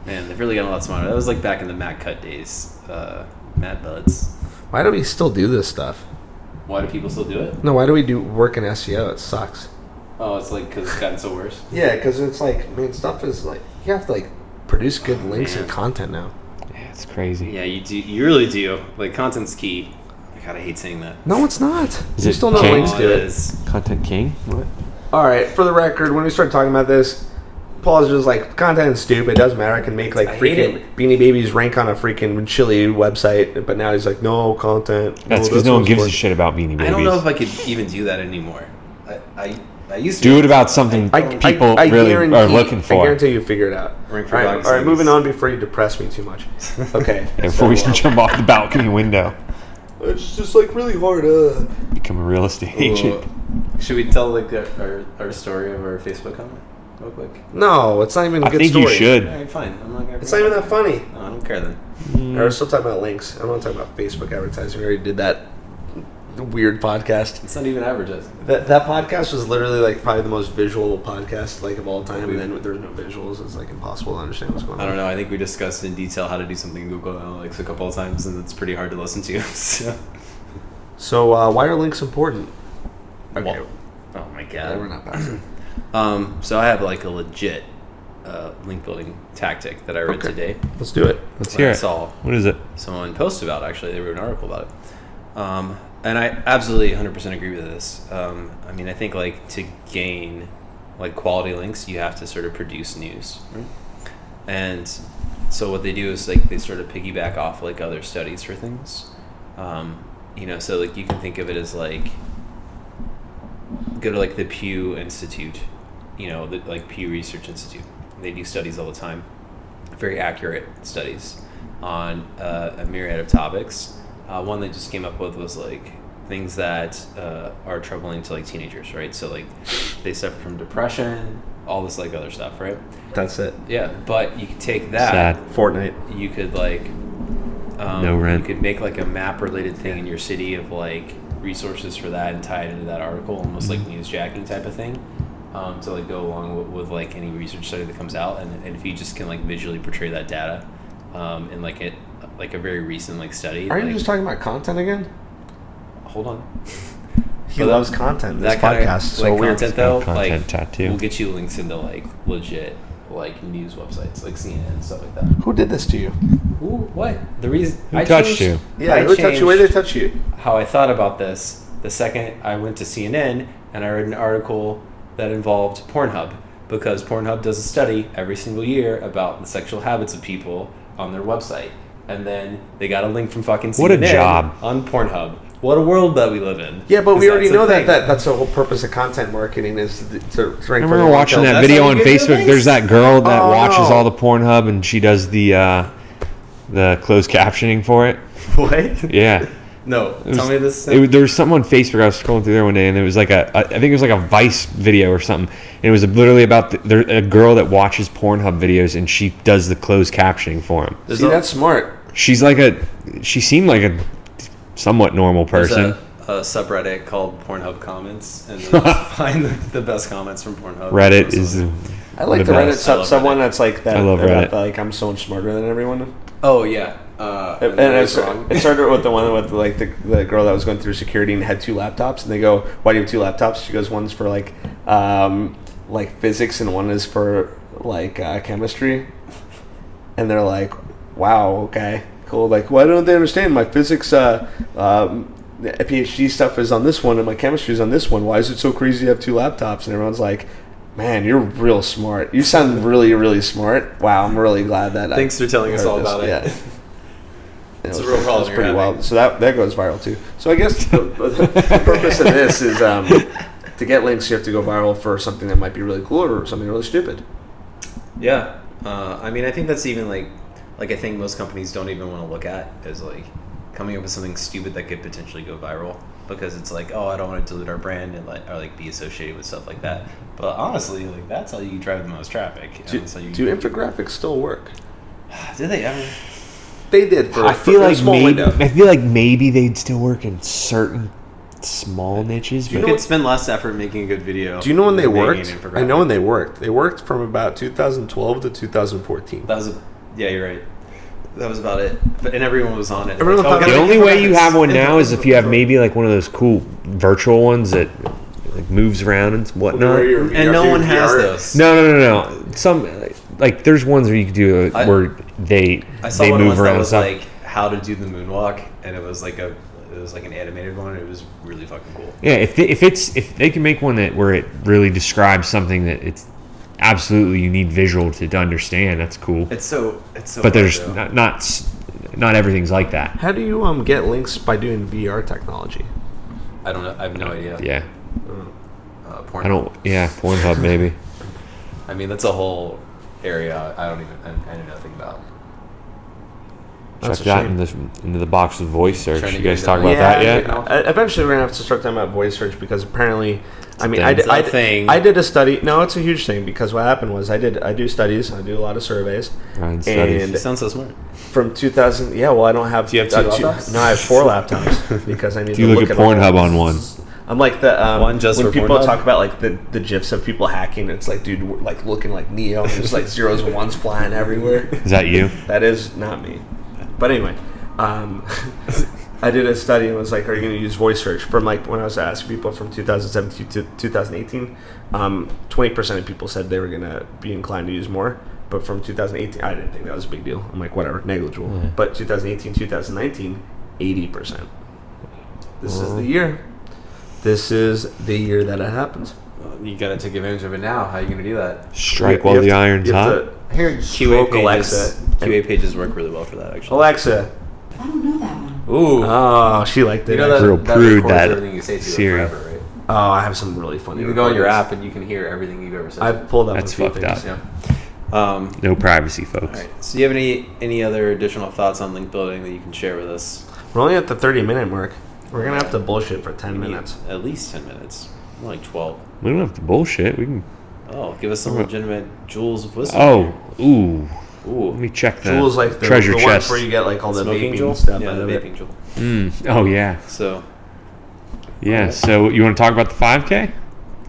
Man, they've really gotten a lot smarter. That was like back in the Matt Cut days, uh, Matt Buds.
Why do we still do this stuff?
Why do people still do it?
No, why do we do work in SEO? It sucks.
Oh, it's like because it's gotten so worse.
Yeah, because it's like, man, stuff is like you have to like produce good links
man.
and content now.
Yeah, it's crazy.
Yeah, you do. You really do. Like content's key. God, I hate saying that.
No, it's not.
Is
There's
it
still no
Jane?
links
Oh,
to
it
it.
is.
Content King. What?
All right, for the record, when we started talking about this, Paul's just like content is stupid. Doesn't matter. I can make like
I hate
freaking
it.
Beanie Babies rank on a freaking chili website, but now he's like, no content.
That's because no one gives a shit about Beanie Babies.
I don't know if I could even do that anymore. I I, I used to
Do it about something people really are
guarantee-
looking
I
for.
guarantee you figure it out. All
Rank
right,
for dogs
all right,
and
moving
geese.
on before you depress me too much. Okay.
Before we jump off the balcony window,
It's just like really hard. Uh,
become a real estate agent.
Well, Should we tell like our, our story of our Facebook comment real quick?
no, it's not even. a
I
good
think you
story.
All
should.
right, fine. I'm not gonna.
It's not even that funny.
No, I don't care then.
Or We're still talking about links. I don't want to talk about Facebook advertising. We already did that weird podcast.
It's not even advertising.
That that podcast was literally like probably the most visual podcast like of all time. And then there's no visuals. It's like impossible to understand what's going on.
I don't know. I think we discussed in detail how to do something in Google Analytics a couple of times, and it's pretty hard to listen to. So.
So uh, why are links important? Okay,
Well, oh my
yeah, we're
god.
not passing.
Um, so I have like a legit uh, link building tactic that I read
Okay.
today.
Let's do it.
Let's
that
hear
I
it.
saw
What is it?
someone post about actually. They wrote an article about it. Um, and I absolutely 100% agree with this. Um, I mean, I think like to gain like quality links, you have to sort of produce news. Right? And so what they do is like they sort of piggyback off like other studies for things. Um, you know, so like you can think of it as like go to like the Pew Institute, you know, the, like Pew Research Institute. They do studies all the time, very accurate studies on uh, a myriad of topics. Uh, one they just came up with was like things that uh, are troubling to like teenagers, right? So like they suffer from depression, all this like other stuff, right?
That's it.
Yeah, but you could take that
Sad.
Fortnite.
you could like Um,
No rent.
You could make like a map related thing in your city of like resources for that and tie it into that article, almost like
Mm-hmm.
news jacking type of thing. Um, to like go along with, with like any research study that comes out, and, and if you just can like visually portray that data, um, in like it like a very recent like study.
Are you
like-
just talking about content again?
hold on?
He
But
loves
that-
content. This
that kind
podcast.
of
so
like
we're
content though,
content
like
chat, too.
we'll get you links into like legit like news websites like CNN and stuff like that.
Who did this to you?
Ooh, what the reason?
Who touched you?
Yeah,
I
who touched you? Where did
changed
they touch you?
how I thought about this the second I went to CNN and I read an article that involved Pornhub because Pornhub does a study every single year about the sexual habits of people on their website, and then they got a link from fucking CNN
What a job.
on Pornhub. What a world that we live in.
Yeah, but
'Cause
we already
that's the
know that,
thing.
that that's the whole purpose of content marketing is to, to rank for
I
the
remember watching
details.
that
That's
video
how
on
you get your
Facebook. There's
links.
that girl that
Oh,
watches
no.
all the Pornhub and she does the uh, the closed captioning for it.
What?
Yeah.
No,
It
tell
was-
me this.
It, was- there was something on Facebook. I was scrolling through there one day, and it was like a, a I think it was like a Vice video or something. And it was literally about the, there, a girl that watches Pornhub videos, and she does the closed captioning for them.
There's
See,
a-
that's smart.
She's like a, she seemed like a somewhat normal
There's
person,
a, a subreddit called Pornhub Comments, and then you find the, the best comments from Pornhub.
Reddit is. the-
I like
the
the Reddit
best.
I
sub,
love
someone
Reddit.
that's like that.
I love
about,
Reddit.
Like I'm so much smarter than everyone.
Oh yeah, uh,
And,
that
and it,
was
sta- it started with the one with like the, the girl that was going through security and had two laptops, and they go, "Why do you have two laptops?" She goes, "One's for like, um, like physics, and one is for like uh, chemistry." And they're like, "Wow, okay, cool." Like, why don't they understand my physics? Uh, um, PhD stuff is on this one, and my chemistry is on this one. Why is it so crazy to have two laptops? And everyone's like. Man, you're real smart. You sound really, really smart. Wow, I'm really glad that. I
Thanks for telling us
heard
all
this."
about it.
Yeah.
It's
It
a real
it
problem you're
pretty
having.
wild. So that that goes viral too. So I guess the, the purpose of this is um, to get links. You have to go viral for something that might be really cool or something really stupid.
Yeah, uh, I mean, I think that's even like like a thing most companies don't even want to look at is like coming up with something stupid that could potentially go viral because it's like, oh, I don't want to dilute our brand and like or like be associated with stuff like that. But honestly, like that's how you drive the most traffic. and
Do,
that's how you-
do infographics still work?
do they ever?
They did for.
I
for
feel
a
like
small
maybe
window.
I feel like maybe they'd still work in certain small niches.
You
But
could spend less effort making a good video.
Do you know when they
than making
worked?
an infographic.
I know when they worked. They worked from about 2012 to 2014.
That was a, yeah, you're right. That was about it. But, and everyone was on it.
Everyone
Like,
thought
the
it-
oh,
only way you
Infographics.
have one now is if you have
Infographics.
maybe like one of those cool virtual ones that like moves around and whatnot.
Where your-
and no
your
one has
VR
those.
No, no, no, no. Some like there's ones where you can do it
I-
where they
I saw
they
one
move
once that
around
was
stuff.
like how to do the moonwalk, and it was like a it was like an animated one. and It was really fucking cool.
yeah, if they, if it's if they can make one that where it really describes something that it's absolutely you need visual to, to understand, that's cool.
It's so it's so.
But there's
hard, though.
not, not s- not everything's like that.
How do you um get links by doing VR technology?
I don't know. I have no idea.
Yeah,
Uh, porn.
I don't. Yeah, Pornhub maybe.
I mean, that's a whole area. I don't even. I, I know nothing about.
Check
That's a
that
shame.
in this into the box with voice search.
Trying to
You guys
get
talk
it
about
done.
that yet?
Yeah.
I- e-, eventually, we're gonna have to start talking about voice search because apparently, I mean, I
thing.
did, I,
It's a
did-
thing.
I did a study. No, it's a huge thing because what happened was I did I do studies. I do a lot of surveys.
Ryan studies.
You sound so smart.
From 2000, yeah. Well, I don't have.
Do you have two
uh,
laptops?
No, I have four laptops because I need.
If
to
you look at
all-
Pornhub on one,
I'm like the um,
One just
when
for
people
Pornhub?
talk about like the the gifs of people hacking. It's like dude, we're, like looking like Neo. There's like zeros and ones flying everywhere.
is that you?
That is not me. But anyway, um, I did a study and was like, "Are you going to use voice search?" From like when I was asking people from 2017 to 2018, um, twenty percent of people said they were going to be inclined to use more. But from 2018, I didn't think that was a big deal. I'm like, whatever, negligible. But 2018, 2019, 80 percent. This is the year. This is the year that it happens.
You gotta take advantage of it now. How are you gonna do that?
You-
Strike
you
while
have
the
to-
iron's
you have
hot.
to- I hear
QA
stroke
pages.
Alexa.
QA pages work really well for that, actually. Uh-huh.
Alexa.
I don't know that one.
Ooh.
Oh, she liked it.
you know that,
Real
that
prude,
records
that
everything you say to
Siri.
Siri. forever, right?
Oh, I have some really funny.
You can go on your
recordings.
app and you can hear everything you've ever said.
I've pulled up.
That's
a few
fucked
things.
up.
yeah. Um,
No privacy, folks.
All right. So, do you have any any other additional thoughts on link building that you can share with us?
We're only at the thirty minute mark. We're gonna have to bullshit for ten minutes.
At least ten minutes, More like twelve.
We don't have to bullshit. We can.
Oh, give us some legitimate jewels of wisdom.
Oh, ooh,
Ooh.
Let me check the
Juul's like the,
treasure
the
chest.
ones where you get like all the
Smoking
vaping
Juul?
stuff
Yeah,
out
the
of it.
vaping Juul.
Mm. Oh yeah,
So,
yeah. So you want to talk about the 5K?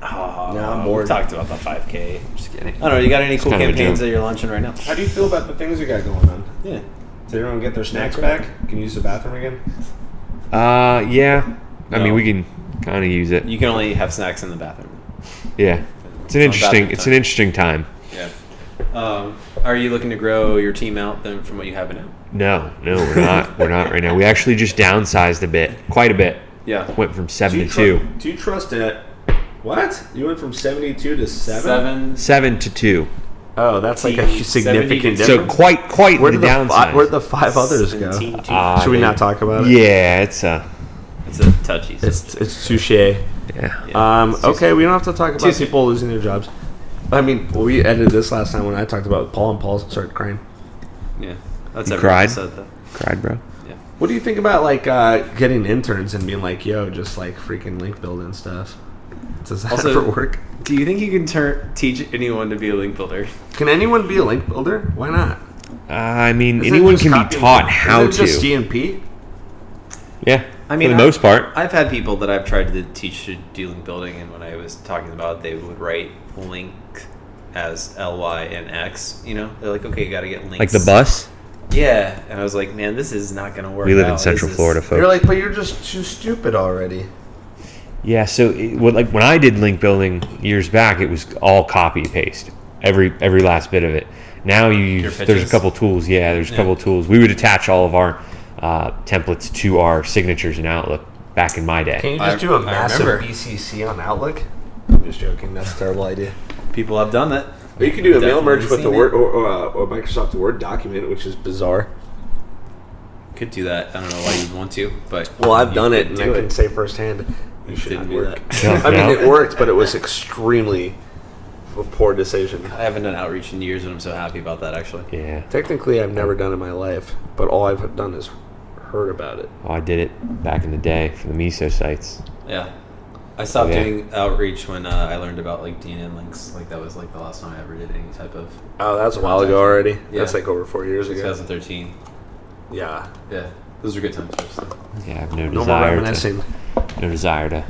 oh,
Nah, I'm
we
bored.
talked about the 5K.
Just kidding.
I don't know. You got any cool
kind of a
campaigns
joke.
that you're launching right now?
How do you feel about the things we got going on?
Yeah.
Did everyone get their snacks back? Can you use the bathroom again?
Uh, yeah. I
No.
mean, we can kind of use it.
You can only have snacks in the bathroom.
Yeah, it's
It's
an
on
interesting.
bathroom
It's
time.
an interesting time.
Yeah. Um, are you looking to grow your team out then from what you have now?
No, no, we're not. we're not right now. We actually just downsized a bit, quite a bit.
Yeah.
Went from
Do
seven
you
to
tru-
two,
Do you trust it? What? You went from 72 to 7?
Seven.
seven to two.
Oh, that's like a
Seventy-
hu- significant
seventy-
So
difference.
quite, quite
where
the
did the,
downsize.
fi- where did the five others go?
Seventeen teams.
Uh,
Should we
they-
not talk about it?
Yeah, it's uh,
it's a touchy.
It's it's touche.
yeah.
Yeah.
Um, okay, we don't have to talk about
Touche.
people losing their jobs. I mean, we ended this last time when I talked about Paul and Paul started crying.
yeah. That's
You
everyone
cried?
said that.
Cried, bro.
Yeah.
What do you think about like uh, getting interns and being like, "Yo, just like freaking link building stuff"? Does that
Also-
ever work?
Do you think you can turn teach anyone to be a link builder?
Can anyone be a link builder? Why not?
I mean,
Isn't it
anyone
just
can be
copy-
taught how
isn't it
to.
Just GMP.
yeah,
I mean,
for
I-
the most part.
I've had people that I've tried to teach to do link building, and when I was talking about it, they would write link as L Y and X. You know, they're like, okay, you got to get links.
Like the bus.
Yeah, and I was like, man, this is not going to work.
We live
out.
in
This
Central
is-
Florida, folks.
You're like, but you're just too stupid already.
Yeah, so it, well, like when I did link building years back, it was all copy paste, every every last bit of it. Now you use there's a
pitches?
couple tools. Yeah, there's a
Yeah.
couple tools. We would attach all of our uh, templates to our signatures in Outlook back in my
Can
day.
you just
I-
do a
I
massive
remember.
BCC on Outlook? I'm just joking. That's a terrible idea.
People have done that.
Or you could do a mail
Definitely
merge with the
seen
Word or, or, uh, or Microsoft Word document, which is bizarre.
Could do that. I don't know why you'd want to, but
Well, I've
you
done it,
could
and
do
I can say firsthand, you should not
Didn't
do
work.
that.
Yeah.
I mean,
Yeah.
it worked, but it was extremely a poor decision.
I haven't done outreach in years, and I'm so happy about that. Actually,
Yeah,
Technically, I've never done it in my life, but all I've done is heard about it.
oh, I did it back in the day for the miso sites.
yeah. I stopped
Yeah.
doing outreach when uh, I learned about like DNN links. Like that was like the last time I ever did any type of
Oh, that's a while ago already. That's
Yeah.
like over four years ago.
2013.
Yeah.
Yeah, those are good times. Actually.
Yeah, I have no
No more
desire to,
reminiscing.
no desire to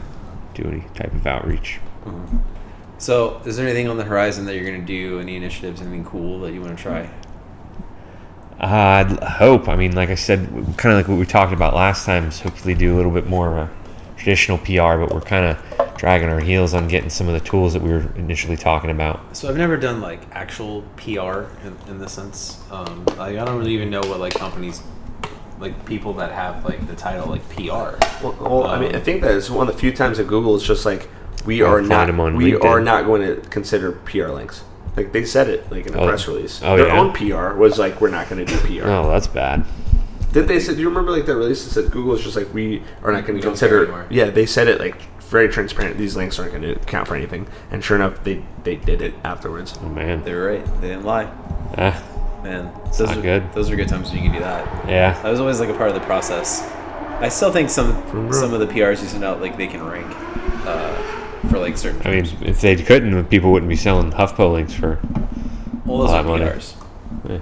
do any type of outreach.
So, is there anything on the horizon that you're going to do? Any initiatives? Anything cool that you want to try?
Uh, I'd l- hope. I mean, like I said, kind of like what we talked about last time, is hopefully do a little bit more of a traditional PR, but we're kind of dragging our heels on getting some of the tools that we were initially talking about.
So, I've never done like actual PR in, in this sense. Um, like, I don't really even know what like companies, like people that have like the title like PR.
Well, well, I mean, I think that is one of the few times that Google is just like, we are
find
not,
them on
we
LinkedIn.
are not going to consider PR links. Like they said it, like in a
Oh.
press release.
Oh,
Their
yeah?
own PR was like, we're not going to do PR.
Oh, that's bad.
Did they say? Do you remember like that release that said Google is just like we are not going
We
to
don't
consider?
care anymore.
Yeah, they said it like very transparent. These links aren't going to count for anything. And sure enough, they they did it afterwards.
Oh man.
They were right. They didn't lie.
Ah,
Man, those
not
are
good.
Those are good times when you can do that.
yeah.
That was always like a part of the process. I still think some
Remember-
some of the PRs you send out like they can rank uh, for like certain.
I mean, if they couldn't, then people wouldn't be selling HuffPo links for.
all those
a lot
are
of money.
PRs.
eh.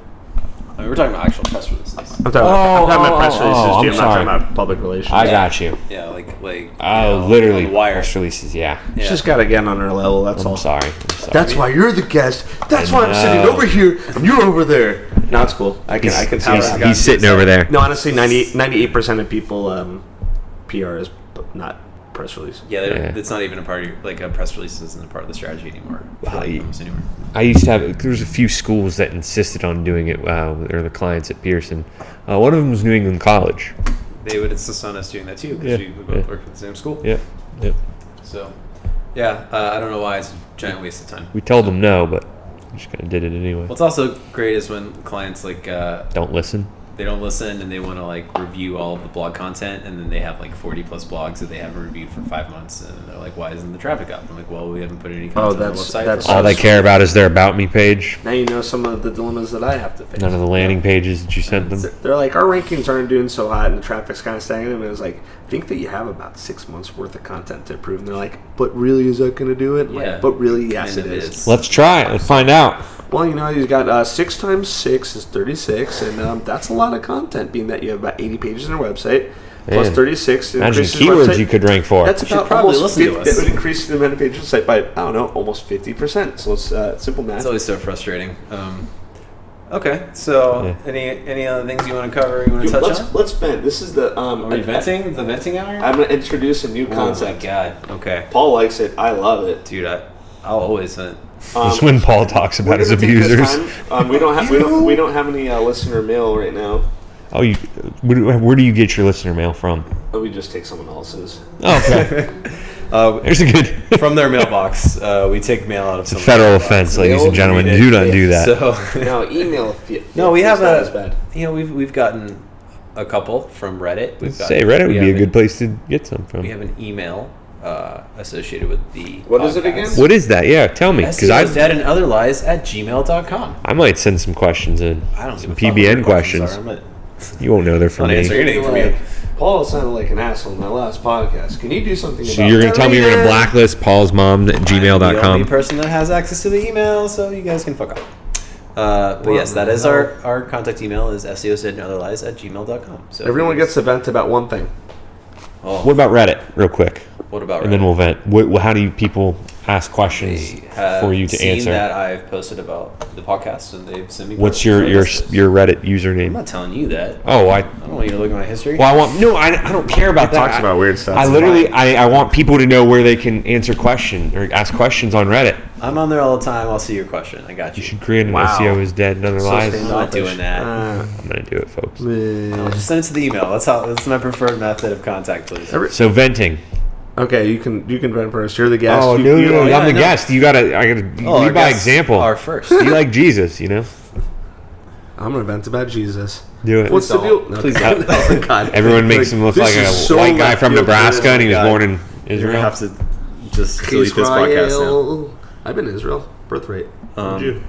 I mean, we're talking about actual press releases.
I'm talking,
Oh,
about, I'm talking
oh,
about press
oh,
releases,
oh,
dude.
I'm
I'm, not
sorry.
talking about public relations.
I got you.
Yeah, like like. you know,
Oh,
on
literally.
the wire.
Press releases. Yeah.
Yeah.
It's just got to get on our level. That's all.
I'm sorry. I'm sorry.
That's why you're the guest. That's why I'm sitting
know.
over here and you're over there. No, it's cool. I can, I can
he's,
see
he's sitting over there.
No, honestly, 98 percent of people um, PR is p- not press release.
Yeah, they're-
Yeah.
it's not even a part of your, like a press release isn't a part of the strategy anymore. for,
Wow,
like,
you-
almost anywhere.
I used to have. There was a few schools that insisted on doing it. Uh, or the clients at Pearson. Uh, one of them was New England College.
They would insist on us doing that too
Yeah,
because we, we both
yeah.
work at the same school.
Yep. Yep.
So, yeah, uh, I don't know why it's a giant waste of time.
We told them no, but we just kind of did it anyway.
What's also great is when clients like uh,
Don't listen.
they don't listen and they want to like review all of the blog content and then they have like 40 plus blogs that they haven't reviewed for five months and they're like why isn't the traffic up i'm like well we haven't put any content on the
Oh, that's-
website
that's-
for
All
five
they
months."
care about is their about me page.
Now you know some of the dilemmas that I have to face.
None of the landing pages that you sent them.
They're- They're like, our rankings aren't doing so hot, and the traffic's kind of stagnant. And I was like, I think that you have about six months worth of content to improve. And they're like, but really, is that going to do it? I'm like,
Yeah.
but really, yes,
Kind
it
of
is.
is.
Let's try it. Let's find out.
Well, you know, you've got uh, six times six is 36, and um, that's a lot of content, being that you have about 80 pages on your website. Plus
Man.
36
Imagine
increases your
keywords
website.
you could rank for.
That's
should
about
probably
almost
listen to
50,
us.
That would increase the amount of pages on the site by, I don't know, almost 50%. So it's uh, simple math.
It's always so frustrating. Um, okay, so
Yeah.
any any other things you want to cover? You want to
Dude,
touch
let's,
on?
let's vent. This is the. Um,
Are we
I-
venting? The venting hour?
I, am going to introduce a new concept.
Oh my god. Okay,
Paul likes it. I love it.
dude, I I'll always vent.
Um,
That's when Paul talks
we're
about his
gonna take this
abusers.
time. Um, we don't have we don't, we don't have any uh, listener mail right now.
Oh, you, where, do, where do you get your listener mail from?
But Oh, we just take someone else's.
Oh, okay.
Uh,
There's a good.
from their mailbox, uh, we take mail out of
It's a
someone's
federal
mailbox.
offense,
They
ladies
all
and gentlemen.
read it.
Do not do that.
So
No, email if you.
no, we
it's
have
not
a
as bad.
you know we've we've gotten a couple from Reddit. We've
Say
gotten-
Reddit
we
would be a
have
good
an-
place to get some from.
We have an email uh, associated with the
What is it
podcast.
again?
What is that? Yeah, tell me, because
SEO's
I
dead and other lies at gmail.com.
I might send some questions in.
I don't
some
give a fuck what your
PBN questions.
are. I'm not-
You won't know they're from
Not
me.
answering anything from you.
Like, Paul sounded like an asshole in my last podcast. Can you do something
So
about
you're gonna
that?
tell me you're gonna blacklist Paul's mom at
I'm the only
gmail.com.
person that has access to the email, so you guys can fuck off. Uh, but
What
yes, that
the
is our, our contact email is seos and other lies at gmail.com. So
Everyone gets a vent about one thing.
Oh,
What about Reddit, real quick,
what about
and then
Reddit?
we'll vent. What, how do you people ask questions
They have
for you to
seen
answer?
that I've posted about the podcast, and they've sent me.
What's
posts.
your
So
your
this is-
your Reddit
I'm
username?
not telling you that.
Oh, I
I don't want you to look at my history.
well, I want no, I, I don't care about
He
that.
talks
I-
about weird stuff.
I literally I, I want people to know where they can answer question or ask questions on Reddit.
I'm on there all the time. I'll see your question. I got
You
you.
should create an
Wow.
SEO is dead, another lies.
I'm not doing that.
Uh,
I'm gonna do it, folks.
uh,
No, just send it to the email. That's how. That's my preferred method of contact, please.
Every-
So venting.
okay, you can you can vent first. You're the guest.
oh
you,
no,
you
no, no,
yeah,
I'm the
no.
guest. You gotta, I gotta
Oh,
lead
our
by
guests
example.
Are first.
you like Jesus, you know?
I'm gonna vent about Jesus.
Do it.
What's the
Don't.
deal? No,
Please
God.
don't.
Oh, God.
Everyone makes him look
this
like a
is so
white guy
left
from
field.
Nebraska, and he was
God.
born in
You're
Israel.
gonna have to just delete this podcast
Israel. I've been to Israel. Birth rate.
now. Um,
Jew.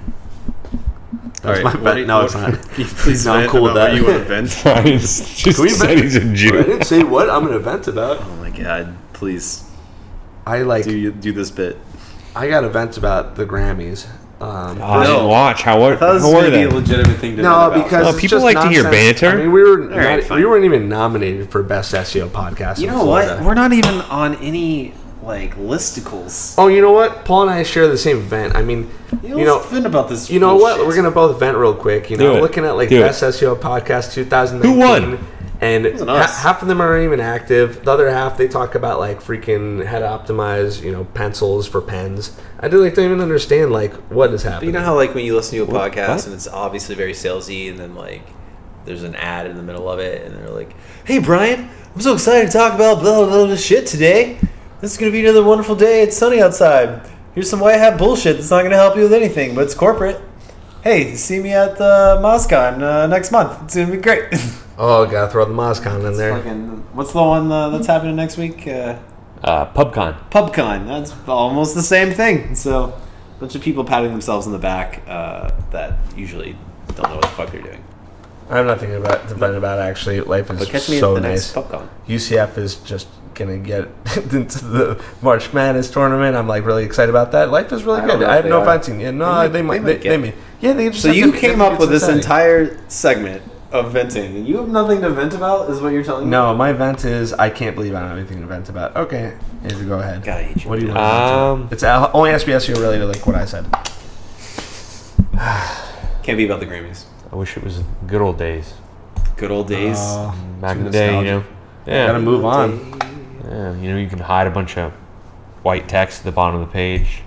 all right,
my
what
bad.
do you-
No,
what-
it's not.
can you Please,
No, I'm
vent
cool with
about what
that.
You want to vent?
Science just
Can we
said
vent-
he's a
I
Jew.
didn't say what I'm gonna vent about.
Oh my god! Please
I like.
do you do this bit.
I got a vent about the Grammys. Um,
Oh, I didn't
No.
watch. How were,
That was
how were
maybe
they?
a legitimate thing to
no, because
Oh,
it's
people
just
like to hear
nonsense.
banter.
I mean, we were not,
right, fine.
we weren't even nominated for best SEO podcast.
you
in
know
Florida.
what? We're not even on any like listicles.
Oh, you know what? Paul and I share the same vent. I mean, you,
You know,
know,
think about this.
you know what?
bullshit.
We're gonna both vent real quick. You
Do
know,
it.
looking at like
Do it.
best SEO podcast 2019.
Who won?
And
wasn't
ha-
us.
half of them aren't even active. The other half, they talk about like freaking how to optimize, you know, pencils for pens. I do like don't even understand like what is
But
happening.
you know how like when you listen to a podcast
what?
and it's obviously very salesy, and then like there's an ad in the middle of it, and they're like, "Hey Brian, I'm so excited to talk about blah blah blah shit today. This is gonna be another wonderful day. It's sunny outside. Here's some white hat bullshit that's not gonna help you with anything, but it's corporate. Hey, see me at uh, MozCon uh, next month. It's gonna be great.
oh, gotta throw the Moscon in there.
Fucking- What's the one uh, that's happening next week? Uh,
Uh, PubCon.
PubCon. That's almost the same thing. So, a bunch of people patting themselves on the back uh, that usually don't know what the fuck they're doing.
I have nothing about to vent about actually. Life is
But catch me
so
at the
nice.
next PubCon.
UCF is just gonna get into the March Madness tournament. I'm like really excited about that. Life is really
I don't know
good. I
if
have
they
no
are.
fancy. Yeah, no,
They might- they
they, might. They,
might
they,
get-
may. Yeah, they. Just
So
have
you
to-
came
they have
up
to get
with this
society.
entire segment of venting, and you have nothing to vent about, is what you're telling me.
No, my vent is I can't believe I don't have anything to vent about. Okay, here you go ahead.
God, I hate you.
What do you want?
Um,
it's al- only SBSU related, like what I said.
Can't be about the Grammys.
I wish it was good old days.
Good old days.
Uh,
Back
too
in the day, you know.
nostalgic. Gotta
Yeah,
move on.
yeah. You know, you can hide a bunch of white text at the bottom of the page.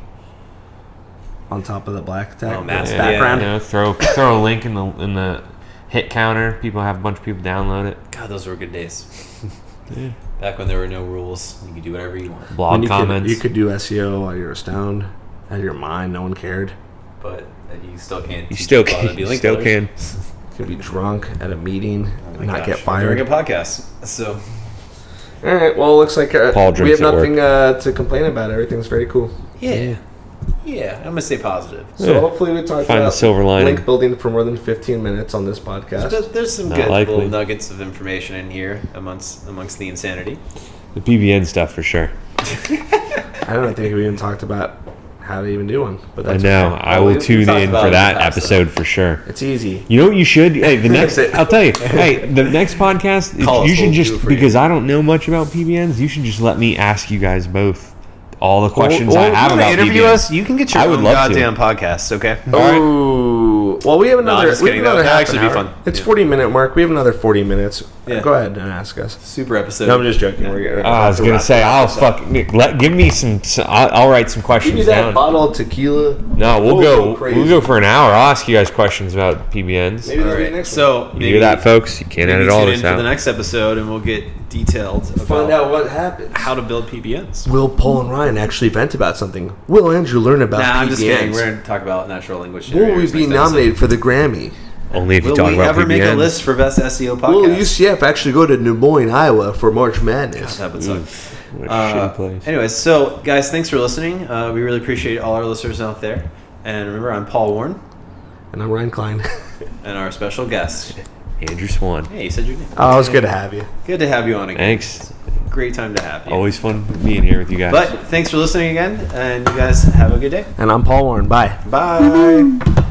On top of the black tag.
Oh, mass
Yeah,
background.
You know, throw throw a link in the in the hit counter. People have a bunch of people download it.
God, those were good days. Back when there were no rules, you could do whatever you want.
Blog
And you
comments.
Could, you could do SEO while you're stoned, out of your mind. No one cared.
But you still can't.
You
teach
still
people how to
can.
be
You
link
still
builders.
can.
Could be drunk at a meeting,
Oh my
not
gosh,
get
we're
fired.
Doing a podcast, so
All right. Well, looks like uh,
Paul
we
drinks
have
at
nothing uh, to complain about. Everything's very cool.
yeah, yeah. I'm gonna stay positive.
So
Yeah.
hopefully we talked
Find the
about
silver lining.
link building for more than 15 minutes on this
There's,
podcast.
there's some
Not
good
likely.
little nuggets of information in here amongst amongst the insanity.
The PBN stuff for sure.
I don't think we even talked about how to even do one. But
I
that's
know. I
we-
will
we
tune
talked
in
about it
for
in
that
the past,
episode for sure.
It's easy.
You know what you should? Hey, the next.
it.
I'll tell you. Hey, the next podcast.
Call us,
you should
we'll do it
just
for you.
because I don't know much about PBNs. You should just let me ask you guys both all the questions I have
you wanna
about
interview
PBNs.
us? You can get your
I would
own
love to.
goddamn podcast, okay?
Ooh. Well, we have another.
just
we have
kidding.
another
That'll
half
actually
an
be
hour.
fun.
It's
Yeah.
forty minute mark. We have another forty minutes.
Yeah.
Go ahead and ask us.
Super episode.
No, I'm just joking. We're,
Oh, I was gonna say I'll fuck. Let, give me some. s- I'll, I'll write some
Give me
questions
that
down.
bottle of tequila.
No, we'll
We'll
go.
go crazy.
We'll go for an hour. I'll ask you guys questions about PBNs.
Maybe
All
that'll be
right.
next
So
you hear that, folks? You can't
Maybe
edit
tune
all
in
this
for the
out.
next episode, and we'll get detailed about
Find out what happens.
how to build PBNs.
Will Paul and Ryan actually vent about something? Will Andrew learn about
Nah, I'm just kidding.
PBNs?
We're going to talk about natural language.
Will we
generators
be
next episode.
nominated for the Grammy?
Only if you
Will
talk
we
about
ever
PBNs.
make a list for best SEO podcast?
Will UCF actually go to Des Moines, Iowa for March Madness?
That would suck.
What a
Uh,
shitty place.
anyways, so guys, thanks for listening. Uh, we really appreciate all our listeners out there. And remember, I'm Paul Warren,
And I'm Ryan Klein.
and our special guest.
Andrew Swan.
Hey, you said your name.
oh, it's good to have you.
Good to have you on again.
Thanks.
Great time to have you.
Always fun being here with you guys.
But thanks for listening again, and you guys have a good day.
And I'm Paul Warren. Bye.
Bye.